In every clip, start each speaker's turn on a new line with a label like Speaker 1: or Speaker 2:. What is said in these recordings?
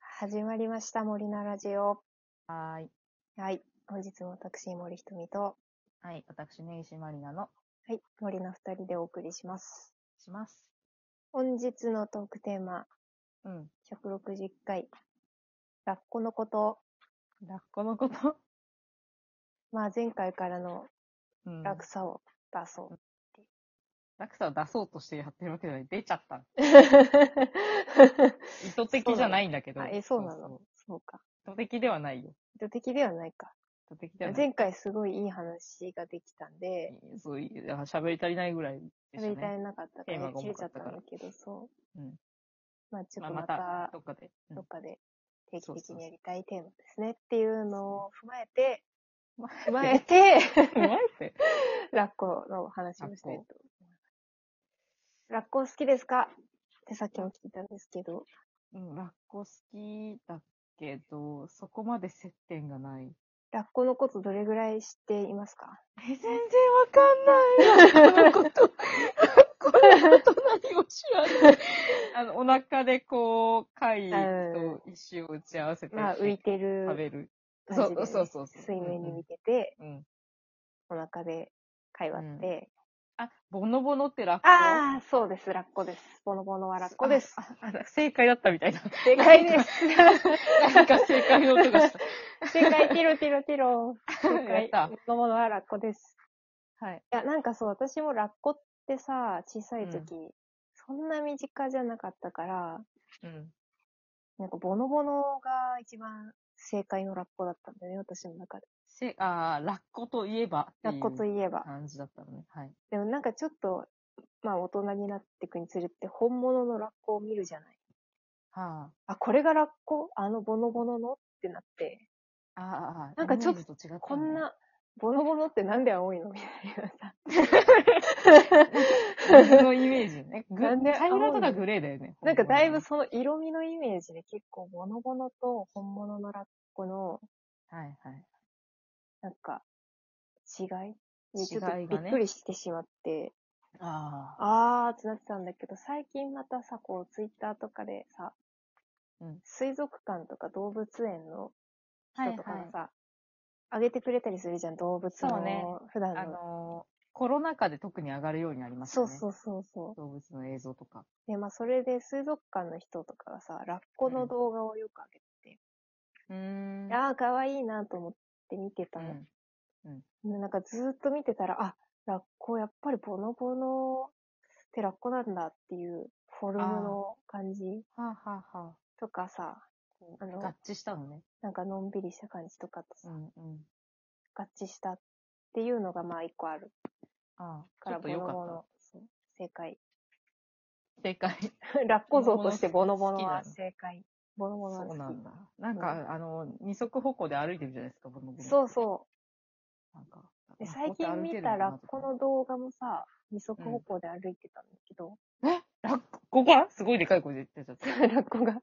Speaker 1: 始まりました、森菜ラジオ。
Speaker 2: はーい。
Speaker 1: はい。本日も私、森ひとみと、
Speaker 2: はい。私、根岸まりなの、
Speaker 1: はい、森の二人でお送りします。
Speaker 2: します。
Speaker 1: 本日のトークテーマ、
Speaker 2: うん。
Speaker 1: 160回、ラッコのこと。
Speaker 2: ラッコ のこと
Speaker 1: まあ、前回からの
Speaker 2: うん。
Speaker 1: 落差を出そう。
Speaker 2: 落差を出そうとしてやってるわけじゃない。出ち ゃった。意図的じゃないんだけど。
Speaker 1: あえ、そうなの
Speaker 2: そう
Speaker 1: そうか。
Speaker 2: そう意図的ではないよ。
Speaker 1: 意図的ではないか。
Speaker 2: 意図的ではない。
Speaker 1: 前回すごいいい話ができたんで、
Speaker 2: そういや喋り足りないぐらいでした
Speaker 1: 喋
Speaker 2: ね。
Speaker 1: り足りなかったか
Speaker 2: テー
Speaker 1: ら
Speaker 2: マが
Speaker 1: 切れ
Speaker 2: 重
Speaker 1: ちゃ
Speaker 2: か
Speaker 1: っ
Speaker 2: ったた
Speaker 1: ん
Speaker 2: から
Speaker 1: だけど、そう。
Speaker 2: うん
Speaker 1: まあ、ちょっ
Speaker 2: まあ
Speaker 1: と
Speaker 2: ま
Speaker 1: また
Speaker 2: た、、どっかで。うん
Speaker 1: どっかで定期
Speaker 2: そう
Speaker 1: 的
Speaker 2: そうそう
Speaker 1: にやりたいテーマですねっていうのを踏まえて、踏ま
Speaker 2: ま
Speaker 1: え
Speaker 2: え
Speaker 1: て、
Speaker 2: うまいって。
Speaker 1: ラッコのお話をしたいと思います。ラッコ好きですかってさっきも聞いたんですけど、
Speaker 2: うん、ラッコ好きだけど、そこまで接点がない。
Speaker 1: ラッコのことどれぐらい知っていますか
Speaker 2: え、全然わかんない。ラッコのこと、 ラッコのこと何も知らない。あの、お腹でこう、貝と石を打ち合わせて、
Speaker 1: まあ浮いて
Speaker 2: 食
Speaker 1: る
Speaker 2: べる。そ
Speaker 1: 感じで、
Speaker 2: うそうそうそう。
Speaker 1: 水面に浮いてて、
Speaker 2: うん。うん。
Speaker 1: お腹で会話って、
Speaker 2: あ、ボノボノってラッコ。
Speaker 1: ああ、そうです、ラッコです。ボノボノはラッコです。
Speaker 2: あ。ああ正解だったみたいな。
Speaker 1: 正解です。
Speaker 2: なんか正解の音がした。
Speaker 1: 正解、ティロティロティロ。 正
Speaker 2: や
Speaker 1: 解
Speaker 2: っ、た
Speaker 1: ボノボノはラッコです。
Speaker 2: はい。
Speaker 1: いや、なんかそう、私もラッコってさ、小さい時、そんな身近じゃなかったから、
Speaker 2: うん。
Speaker 1: なんかボノボノが一番正解のラッコだったんだよね、私の中で。
Speaker 2: せ、あーラッコといえばって
Speaker 1: ラ
Speaker 2: い
Speaker 1: ッ
Speaker 2: う
Speaker 1: コといえば。
Speaker 2: 感じだったのね。はい。
Speaker 1: でもなんかちょっと、まあ大人になってくにつれて、本物のラッコを見るじゃない。
Speaker 2: は
Speaker 1: あ、これがラッコあのボノボノのってなって、
Speaker 2: あ。あーあー、
Speaker 1: なんかちょっと
Speaker 2: イメージ違ったね
Speaker 1: こんな、ボノボノってなんで青いのみたいなさ。
Speaker 2: 水のイメージね。ぐ
Speaker 1: なんで
Speaker 2: 茶色とかグレーだよね。
Speaker 1: なんかだいぶその色味のイメージで結構ボノボノと本物のラッコの、
Speaker 2: はいはい。
Speaker 1: なんか、違いにちょっ
Speaker 2: 違い
Speaker 1: とび
Speaker 2: がね
Speaker 1: っくりしてしまって、
Speaker 2: ああ。
Speaker 1: あーってなってたんだけど、最近またさ、こう、ツイッターとかでさ、
Speaker 2: うん
Speaker 1: 水族館とか動物園の人とか
Speaker 2: はいは
Speaker 1: が
Speaker 2: い
Speaker 1: さ、あげてくれたりするじゃん、動物
Speaker 2: そうね
Speaker 1: の、普段
Speaker 2: あ
Speaker 1: の。
Speaker 2: のーコロナ禍で特に上がるようになりました
Speaker 1: そ
Speaker 2: ね。
Speaker 1: うそうそうそ
Speaker 2: 動物の映像とか。
Speaker 1: う。で、まあ、それで水族館の人とかがさ、ラッコの動画をよくあげて
Speaker 2: うーん
Speaker 1: て、あー、かわいいなと思って見て
Speaker 2: う
Speaker 1: たの。
Speaker 2: ん
Speaker 1: なんかずーっと見てたら、あ、ラッコ、やっぱりボノボノってラッコなんだっていう、フォルムの感じ
Speaker 2: はあ、はあはあ、
Speaker 1: とかさ、
Speaker 2: こ
Speaker 1: あの
Speaker 2: う合致したのね。
Speaker 1: なんかのんびりした感じとかと
Speaker 2: う
Speaker 1: さ、
Speaker 2: んうん。
Speaker 1: 合致したっていうのがまあ一個ある
Speaker 2: ああ、
Speaker 1: か
Speaker 2: ちょ
Speaker 1: ら、
Speaker 2: っとよ
Speaker 1: ボ
Speaker 2: か
Speaker 1: ノボ
Speaker 2: っ
Speaker 1: ノそう正解。
Speaker 2: た。正解。
Speaker 1: ラッコ像としてボノボノは
Speaker 2: 好きなの
Speaker 1: 正解。ボノボノは
Speaker 2: そうな
Speaker 1: 好
Speaker 2: んだ。なんか、あの、二足歩行で歩いてるじゃないですか、ボノボ
Speaker 1: き。
Speaker 2: ノ。
Speaker 1: そうそ
Speaker 2: なんか。
Speaker 1: う。で、最近見たラッコの動画もさ、二足歩行で歩いてたんだけど、
Speaker 2: ラッコ、ここがすごいでかい声で 言ってた。
Speaker 1: ラッコが、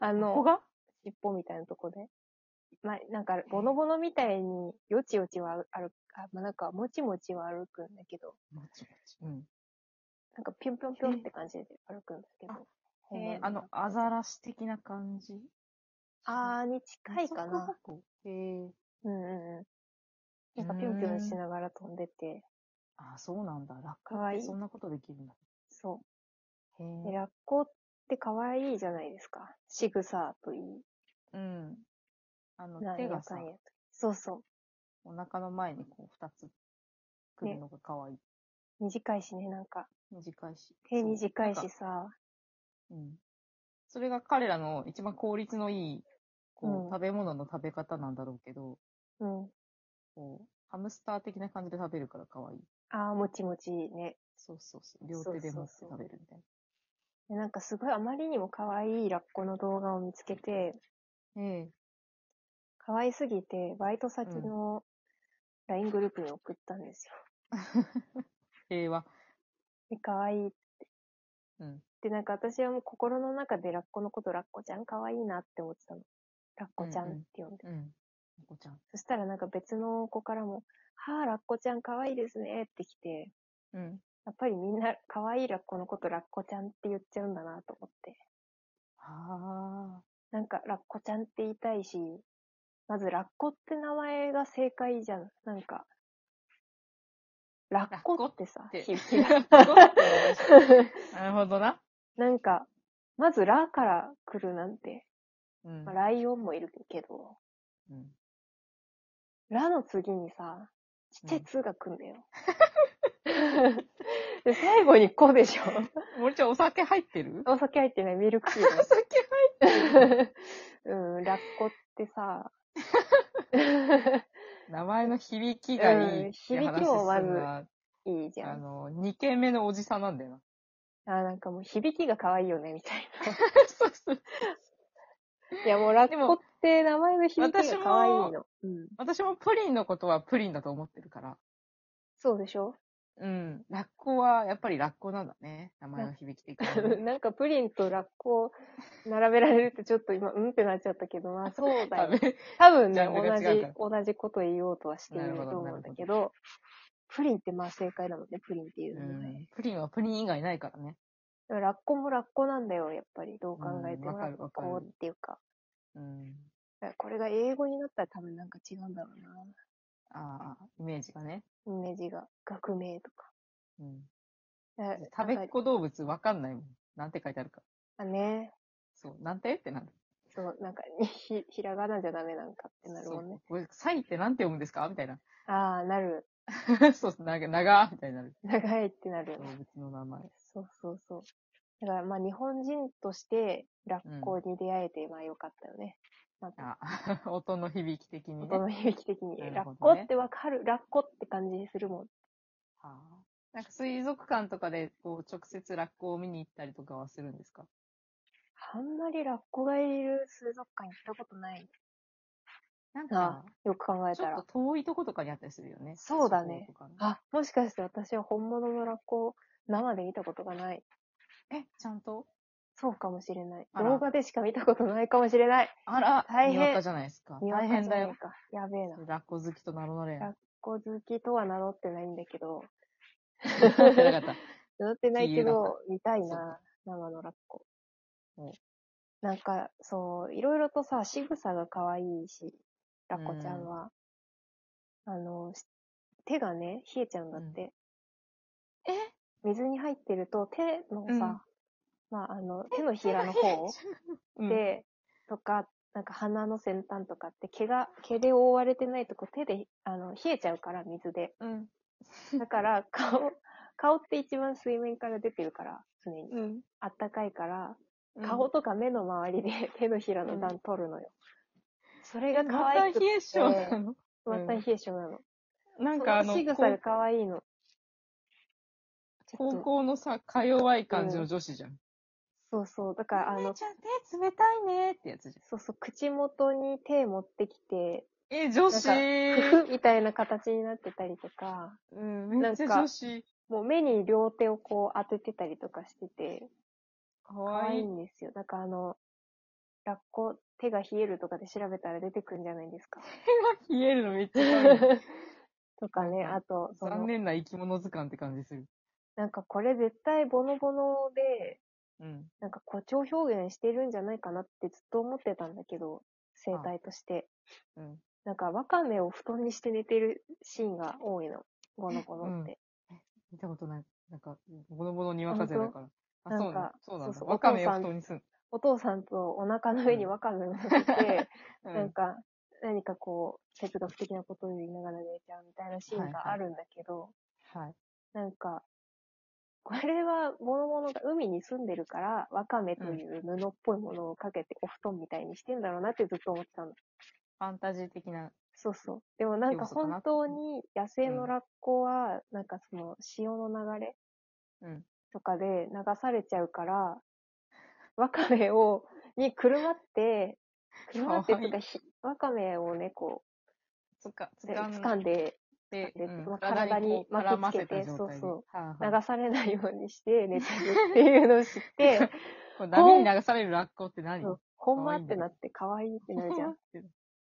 Speaker 1: あ
Speaker 2: ここ
Speaker 1: の、
Speaker 2: が
Speaker 1: 尻尾みたいなとこで。まあ、なんか、ボノボノみたいに、よちよちは歩く、あ、まあ、なんか、もちもちは歩くんだけど、
Speaker 2: もちもち。うん。
Speaker 1: なんか、ぴょんぴょんぴょんって感じで歩くんですけど
Speaker 2: あ。えー、あの、アザラシ的な感じ
Speaker 1: あーに近いかな。。
Speaker 2: へえ。
Speaker 1: うんうんうん。なんかぴょんぴょんしながら飛んでて、
Speaker 2: あ、そうなんだ。ラッ
Speaker 1: かわ
Speaker 2: コっ
Speaker 1: いい
Speaker 2: てそんなことできるんだ。
Speaker 1: そ
Speaker 2: へ
Speaker 1: う。で、
Speaker 2: え。
Speaker 1: ラッコって可愛いじゃないですか。仕草といい。
Speaker 2: うん。あの
Speaker 1: な、ん
Speaker 2: 手
Speaker 1: や
Speaker 2: が
Speaker 1: か
Speaker 2: さ
Speaker 1: ん、やと。そうそ
Speaker 2: お腹の前にこう、二つくるのが可愛い。
Speaker 1: う。短いしね、なんか。
Speaker 2: 短いし。
Speaker 1: 手
Speaker 2: そう
Speaker 1: 短い。
Speaker 2: な
Speaker 1: し
Speaker 2: んか
Speaker 1: さ。
Speaker 2: うん。それが彼らの一番効率のいい、
Speaker 1: う
Speaker 2: こ
Speaker 1: ん
Speaker 2: う、食べ物の食べ方なんだろうけど、
Speaker 1: うん。
Speaker 2: こう、ハムスター的な感じで食べるから可愛い。
Speaker 1: あー、もちもちね。
Speaker 2: そうそうそう。両手で持って食べるみたい
Speaker 1: でなんかすごいあまりにも可愛いラッコの動画を見つけて、
Speaker 2: な。ええ。
Speaker 1: 可愛すぎて、バイト先の LINE グループに送ったんですよ。
Speaker 2: 平和。
Speaker 1: で、可愛い
Speaker 2: うん。
Speaker 1: で、なんか私はもう心の中でラッコのことラッコちゃん可愛いなって思ってたの。ラッコちゃんって呼んで。
Speaker 2: うん。猫ちゃん。
Speaker 1: そしたらなんか別の子からも、はあ、ラッコちゃん可愛いですねって来て、
Speaker 2: うん。
Speaker 1: やっぱりみんな可愛いラッコのことラッコちゃんって言っちゃうんだなと思って。
Speaker 2: ああ。
Speaker 1: なんか、ラッコちゃんって言いたいし、まずラッコって名前が正解じゃん。なんか、ラッコってさ、
Speaker 2: ラッコって
Speaker 1: ひひら
Speaker 2: なるほどな。
Speaker 1: なんか、まずラから来るなんて、
Speaker 2: うん
Speaker 1: まあ、ライオンもいるけど、
Speaker 2: うん
Speaker 1: ラの次にさ、ちっちゃいツが来んだよ。で、最後にコでしょ。
Speaker 2: 森ちゃん、お酒入ってる
Speaker 1: お酒入ってないミルクティーだよ
Speaker 2: お酒入
Speaker 1: うん、ラッコって さ、
Speaker 2: 名前の響きがいいって話するのは、
Speaker 1: うん響きをいいじゃ
Speaker 2: あ
Speaker 1: ん。
Speaker 2: の、二軒目のおじさんなんだよな。
Speaker 1: あー、なんかもう響きが可愛いよね、みたい
Speaker 2: そうそう。
Speaker 1: な。いや、もうラッコって名前の響きが可愛い
Speaker 2: 私
Speaker 1: の。うん。
Speaker 2: 私もプリンのことはプリンだと思ってるから。
Speaker 1: そうでしょ
Speaker 2: うん。ラッコは、やっぱりラッコなんだね。名前の響き的にね。
Speaker 1: なんかプリンとラッコを並べられるってちょっと今、うんってなっちゃったけど、まあそうだよ
Speaker 2: ダ。メ
Speaker 1: 多分
Speaker 2: ジ
Speaker 1: ね、
Speaker 2: ャンルが違うか
Speaker 1: 同
Speaker 2: ら
Speaker 1: じ、同じこと言おうとはしている
Speaker 2: なるほど
Speaker 1: と思うんだけど、プリンってまあ正解だもんね、プリンっていう
Speaker 2: う
Speaker 1: のね。
Speaker 2: ん。プリンはプリン以外ないからね。
Speaker 1: でもラッコもラッコなんだよ、やっぱり。どう考えて
Speaker 2: うん
Speaker 1: も
Speaker 2: わか
Speaker 1: ラッ
Speaker 2: るわかる
Speaker 1: コっていうか。
Speaker 2: うん。
Speaker 1: だからこれが英語になったら多分なんか違うんだろうな。
Speaker 2: ああ、イメージがね。
Speaker 1: イメージが。学名とか。
Speaker 2: うん。
Speaker 1: だ
Speaker 2: 食べ
Speaker 1: な
Speaker 2: っ
Speaker 1: んか
Speaker 2: 子動物わかんないもん。なんて書いてあるか。
Speaker 1: あ、ね。
Speaker 2: そう。なんてってなる。
Speaker 1: そう、なんか、にひ、ひらがなじゃダメなんかってなるもんね。
Speaker 2: そう。これ、サイってなんて読むんですかみたいな。
Speaker 1: ああ、なる。
Speaker 2: そうそう、長、長みたいになる。
Speaker 1: 長いってなる
Speaker 2: 動。物の名前。
Speaker 1: そうそうそう。だからまあ日本人としてラッコに出会えて、まあよかったよね。まあ、
Speaker 2: あ、 音の響き的にね。
Speaker 1: 音の響き的に、
Speaker 2: な
Speaker 1: ラ
Speaker 2: る
Speaker 1: ッ
Speaker 2: ほどね
Speaker 1: コってわかる、ラッコって感じするもん。
Speaker 2: はあなんか水族館とかで、こう、直接ラッコを見に行ったりとかはするんですか
Speaker 1: あんまりラッコがいる水族館行ったことない。
Speaker 2: なん
Speaker 1: あ
Speaker 2: か、
Speaker 1: よく考え
Speaker 2: ちょ
Speaker 1: た
Speaker 2: っと
Speaker 1: ら。
Speaker 2: 遠いとことかにあったりするよね。
Speaker 1: そうだね
Speaker 2: 首都高とかね
Speaker 1: あ、もしかして私は本物のラッコを生で見たことがない。
Speaker 2: え、ちゃんと
Speaker 1: そうかもしれない。
Speaker 2: あら
Speaker 1: 動画でしか見たことないかもしれない。
Speaker 2: あら、
Speaker 1: 大変
Speaker 2: にわかじゃないですか。
Speaker 1: にわか
Speaker 2: 大
Speaker 1: じゃ
Speaker 2: 変だ
Speaker 1: な
Speaker 2: よ
Speaker 1: い。か。やべえな。ラッ
Speaker 2: ラッコ好きと名乗れん。
Speaker 1: ラッコ好きとは名乗ってないんだけど、
Speaker 2: なってな かった。
Speaker 1: 名乗ってないけ
Speaker 2: 言えなか
Speaker 1: ど、見たい
Speaker 2: そう
Speaker 1: な
Speaker 2: か、
Speaker 1: 生のラッコ
Speaker 2: お。
Speaker 1: なんか、そう、いろいろとさ、仕草が可愛いし、ラッコちゃんは。あの、し手がね、冷えちゃうんだって。
Speaker 2: え
Speaker 1: 水に入ってると、手のさ、まあ、あの、手のひらの方
Speaker 2: うん、
Speaker 1: で、とか、なんか鼻の先端とかって毛が、毛で覆われてないとこ手で、あの、冷えちゃうから、水で。
Speaker 2: うん。
Speaker 1: だから、顔、顔って一番水面から出てるから、常に。
Speaker 2: うん。
Speaker 1: あったかいから、
Speaker 2: うん
Speaker 1: 顔とか目の周りで 手のひらの段取るのよ。それが可
Speaker 2: また
Speaker 1: 愛く
Speaker 2: 冷え性なの
Speaker 1: ま
Speaker 2: うん
Speaker 1: た冷え性なの。
Speaker 2: なんかあの
Speaker 1: そ、仕草が可愛いの。ちょっ
Speaker 2: 高
Speaker 1: と
Speaker 2: 校のさ、か弱い感じの女子じゃん。
Speaker 1: そうそう。だから、あ
Speaker 2: お姉
Speaker 1: の、
Speaker 2: ちゃん手冷たいねってやつじ
Speaker 1: そうそう、口元に手持ってきて、
Speaker 2: ゃん。え、女
Speaker 1: なん
Speaker 2: 子
Speaker 1: かふふみたいな形になってたりとか、
Speaker 2: うん、めっちゃ女子。
Speaker 1: もう目に両手をこう当ててたりとかしてて、
Speaker 2: か
Speaker 1: 可
Speaker 2: わ
Speaker 1: 愛
Speaker 2: い
Speaker 1: い
Speaker 2: い。
Speaker 1: んですよ。だからあの、ラッコ、手が冷えるとかで調べたら出てくるんじゃないです か。
Speaker 2: 手が冷えるのめっちゃ可愛い。
Speaker 1: とかね、あと、そ
Speaker 2: 残
Speaker 1: の、
Speaker 2: 念な生き物図鑑って感じする。
Speaker 1: なんかこれ絶対ボノボノで、
Speaker 2: うん。
Speaker 1: なんか誇張表現してるんじゃないかなってずっと思ってたんだけど、生態として。
Speaker 2: うん。
Speaker 1: なんかワカメを布団にして寝てるシーンが多いの。ボノボノって。
Speaker 2: 見たことない。なんか、ボノボノにわかじゃないから。
Speaker 1: 当
Speaker 2: あ、そ
Speaker 1: な
Speaker 2: う
Speaker 1: ん
Speaker 2: な
Speaker 1: か
Speaker 2: そうな
Speaker 1: そ
Speaker 2: ん
Speaker 1: う
Speaker 2: だ。
Speaker 1: そう
Speaker 2: わかめ
Speaker 1: お
Speaker 2: を
Speaker 1: 父さん
Speaker 2: 布団にすん。
Speaker 1: お父さんとお腹の上にワカメを乗せて、
Speaker 2: う
Speaker 1: なん
Speaker 2: ん。
Speaker 1: か、何かこう、哲学的なことを言いながら寝ちゃうみたいなシーンがあるんだけど、
Speaker 2: はい。
Speaker 1: なんか、これは、ものものが海に住んでるから、ワカメという布っぽいものをかけてお布団みたいにしてんだろうなってずっと思ってたの。
Speaker 2: ファンタジー的な。
Speaker 1: そうそう。でもなんか
Speaker 2: 要素かな
Speaker 1: 本当に野生のラッコは、なんかその潮の流れ
Speaker 2: うん。
Speaker 1: とかで流されちゃうから、ワカメを、にくるまって、くるまってっていう
Speaker 2: か
Speaker 1: か、ひワカメをね、こ
Speaker 2: つか、
Speaker 1: う、
Speaker 2: つ
Speaker 1: で
Speaker 2: か
Speaker 1: 掴ん
Speaker 2: ん
Speaker 1: で
Speaker 2: で、
Speaker 1: で
Speaker 2: うん
Speaker 1: まあ
Speaker 2: 体にこ
Speaker 1: 体
Speaker 2: う
Speaker 1: に
Speaker 2: 絡
Speaker 1: 巻
Speaker 2: ま
Speaker 1: きつけ
Speaker 2: せ
Speaker 1: て
Speaker 2: た状態で。
Speaker 1: そう
Speaker 2: う。はいはい
Speaker 1: 流されないようにして 寝てるっていうのを知って、
Speaker 2: これ波に流されるラッコって何
Speaker 1: そうほんま
Speaker 2: 可愛い
Speaker 1: っ
Speaker 2: ん
Speaker 1: て
Speaker 2: だよ
Speaker 1: なって可愛いってなる じゃん。
Speaker 2: う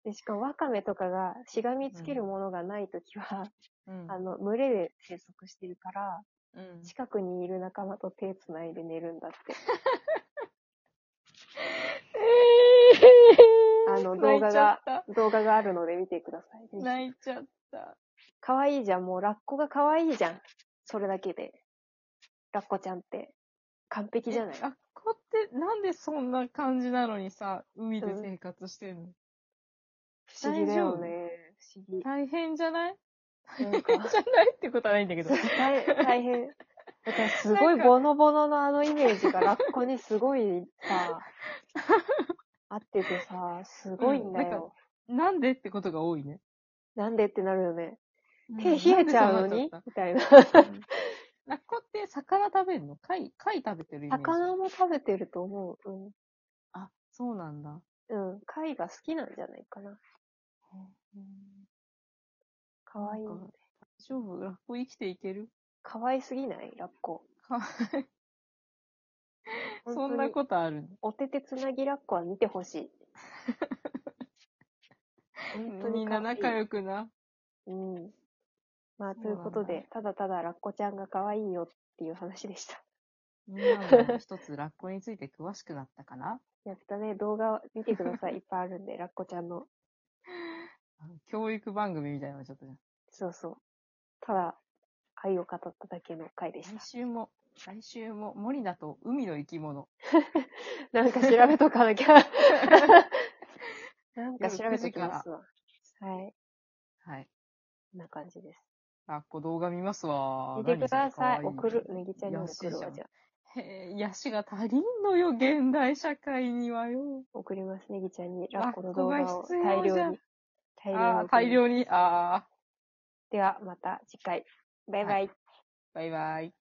Speaker 1: で、しかもワカメとかがしがみつけるものがないときは、
Speaker 2: ん。
Speaker 1: あの、群れで生息してるから、
Speaker 2: うん。
Speaker 1: 近くにいる仲間と手つないで寝るんだって。
Speaker 2: え
Speaker 1: 動画が、
Speaker 2: 泣いちゃっ
Speaker 1: 動画があるので見てください。
Speaker 2: た。泣いちゃった。
Speaker 1: かわいいじゃん。もうラッコがかわいいじゃん。それだけで。ラッコちゃんって。完璧じゃない
Speaker 2: えラッコってなんでそんな感じなのにさ、海で生活してんの、
Speaker 1: 不思議だよね。不思議。
Speaker 2: 大変じゃない
Speaker 1: なん
Speaker 2: 大変
Speaker 1: か、
Speaker 2: じゃないってことはないん だけど。
Speaker 1: 大大変。私すご
Speaker 2: ないんか
Speaker 1: ボノボノのあのイメージがラッコにすごい さ、合っててさ、すごいんだよ。
Speaker 2: なんでってことが多いね。
Speaker 1: なんでってなるよね。
Speaker 2: う
Speaker 1: 手
Speaker 2: ん
Speaker 1: 冷えちゃうの
Speaker 2: なん
Speaker 1: に
Speaker 2: で
Speaker 1: みたいな。
Speaker 2: そうなっちゃったうんラッコって魚食べるの貝、貝食べてるイメージ。
Speaker 1: 魚も食べてると思う。うん
Speaker 2: あ、そうなんだ。
Speaker 1: うん、貝が好きなんじゃないかな。かわいい。
Speaker 2: なんか大丈夫ラッコ生きていける
Speaker 1: かわいすぎないラッコ。
Speaker 2: か
Speaker 1: 本当
Speaker 2: そ
Speaker 1: に
Speaker 2: んなことあるの
Speaker 1: おててつなぎラッコは見てほしい。本当に
Speaker 2: みんな仲
Speaker 1: く。
Speaker 2: 良くな。
Speaker 1: うん。まあ、
Speaker 2: そう
Speaker 1: とい
Speaker 2: なん
Speaker 1: う
Speaker 2: だ
Speaker 1: ことで、ただただラッコちゃんが可愛いよっていう話でした。
Speaker 2: みんなも一つラッコについて詳しくなったかな
Speaker 1: やったね、動画見てください。いっぱいあるんで、ラッコちゃんの。
Speaker 2: あの教育番組みたいなのちょっとね
Speaker 1: そうそう。ただ、愛を語っただけの回でし
Speaker 2: 来
Speaker 1: た。
Speaker 2: 週も、来週も森だと海の生き物。
Speaker 1: なんか調べとかなき ゃ。なんか調べときますわ。はい。
Speaker 2: はい。
Speaker 1: こんな感じです。
Speaker 2: ラッコ動画見ますわ。
Speaker 1: 見てください。
Speaker 2: 何そ
Speaker 1: 送
Speaker 2: れ
Speaker 1: る。。ネギちゃんにも送る
Speaker 2: 安いじゃ
Speaker 1: わ、
Speaker 2: ん
Speaker 1: じゃあ。
Speaker 2: かわいいへえ、癒しが足りんのよ、現代社会にはよ。
Speaker 1: 送ります、ネギちゃんに。ラッコの
Speaker 2: ラッコ
Speaker 1: 動
Speaker 2: が
Speaker 1: 画を
Speaker 2: 必要
Speaker 1: 大
Speaker 2: じゃ
Speaker 1: 量
Speaker 2: ん
Speaker 1: に。大量に
Speaker 2: あ
Speaker 1: 送
Speaker 2: あ
Speaker 1: りま
Speaker 2: ー、
Speaker 1: す
Speaker 2: 大量に、ああ、
Speaker 1: では、また次回。バイバイ。
Speaker 2: バイバイ。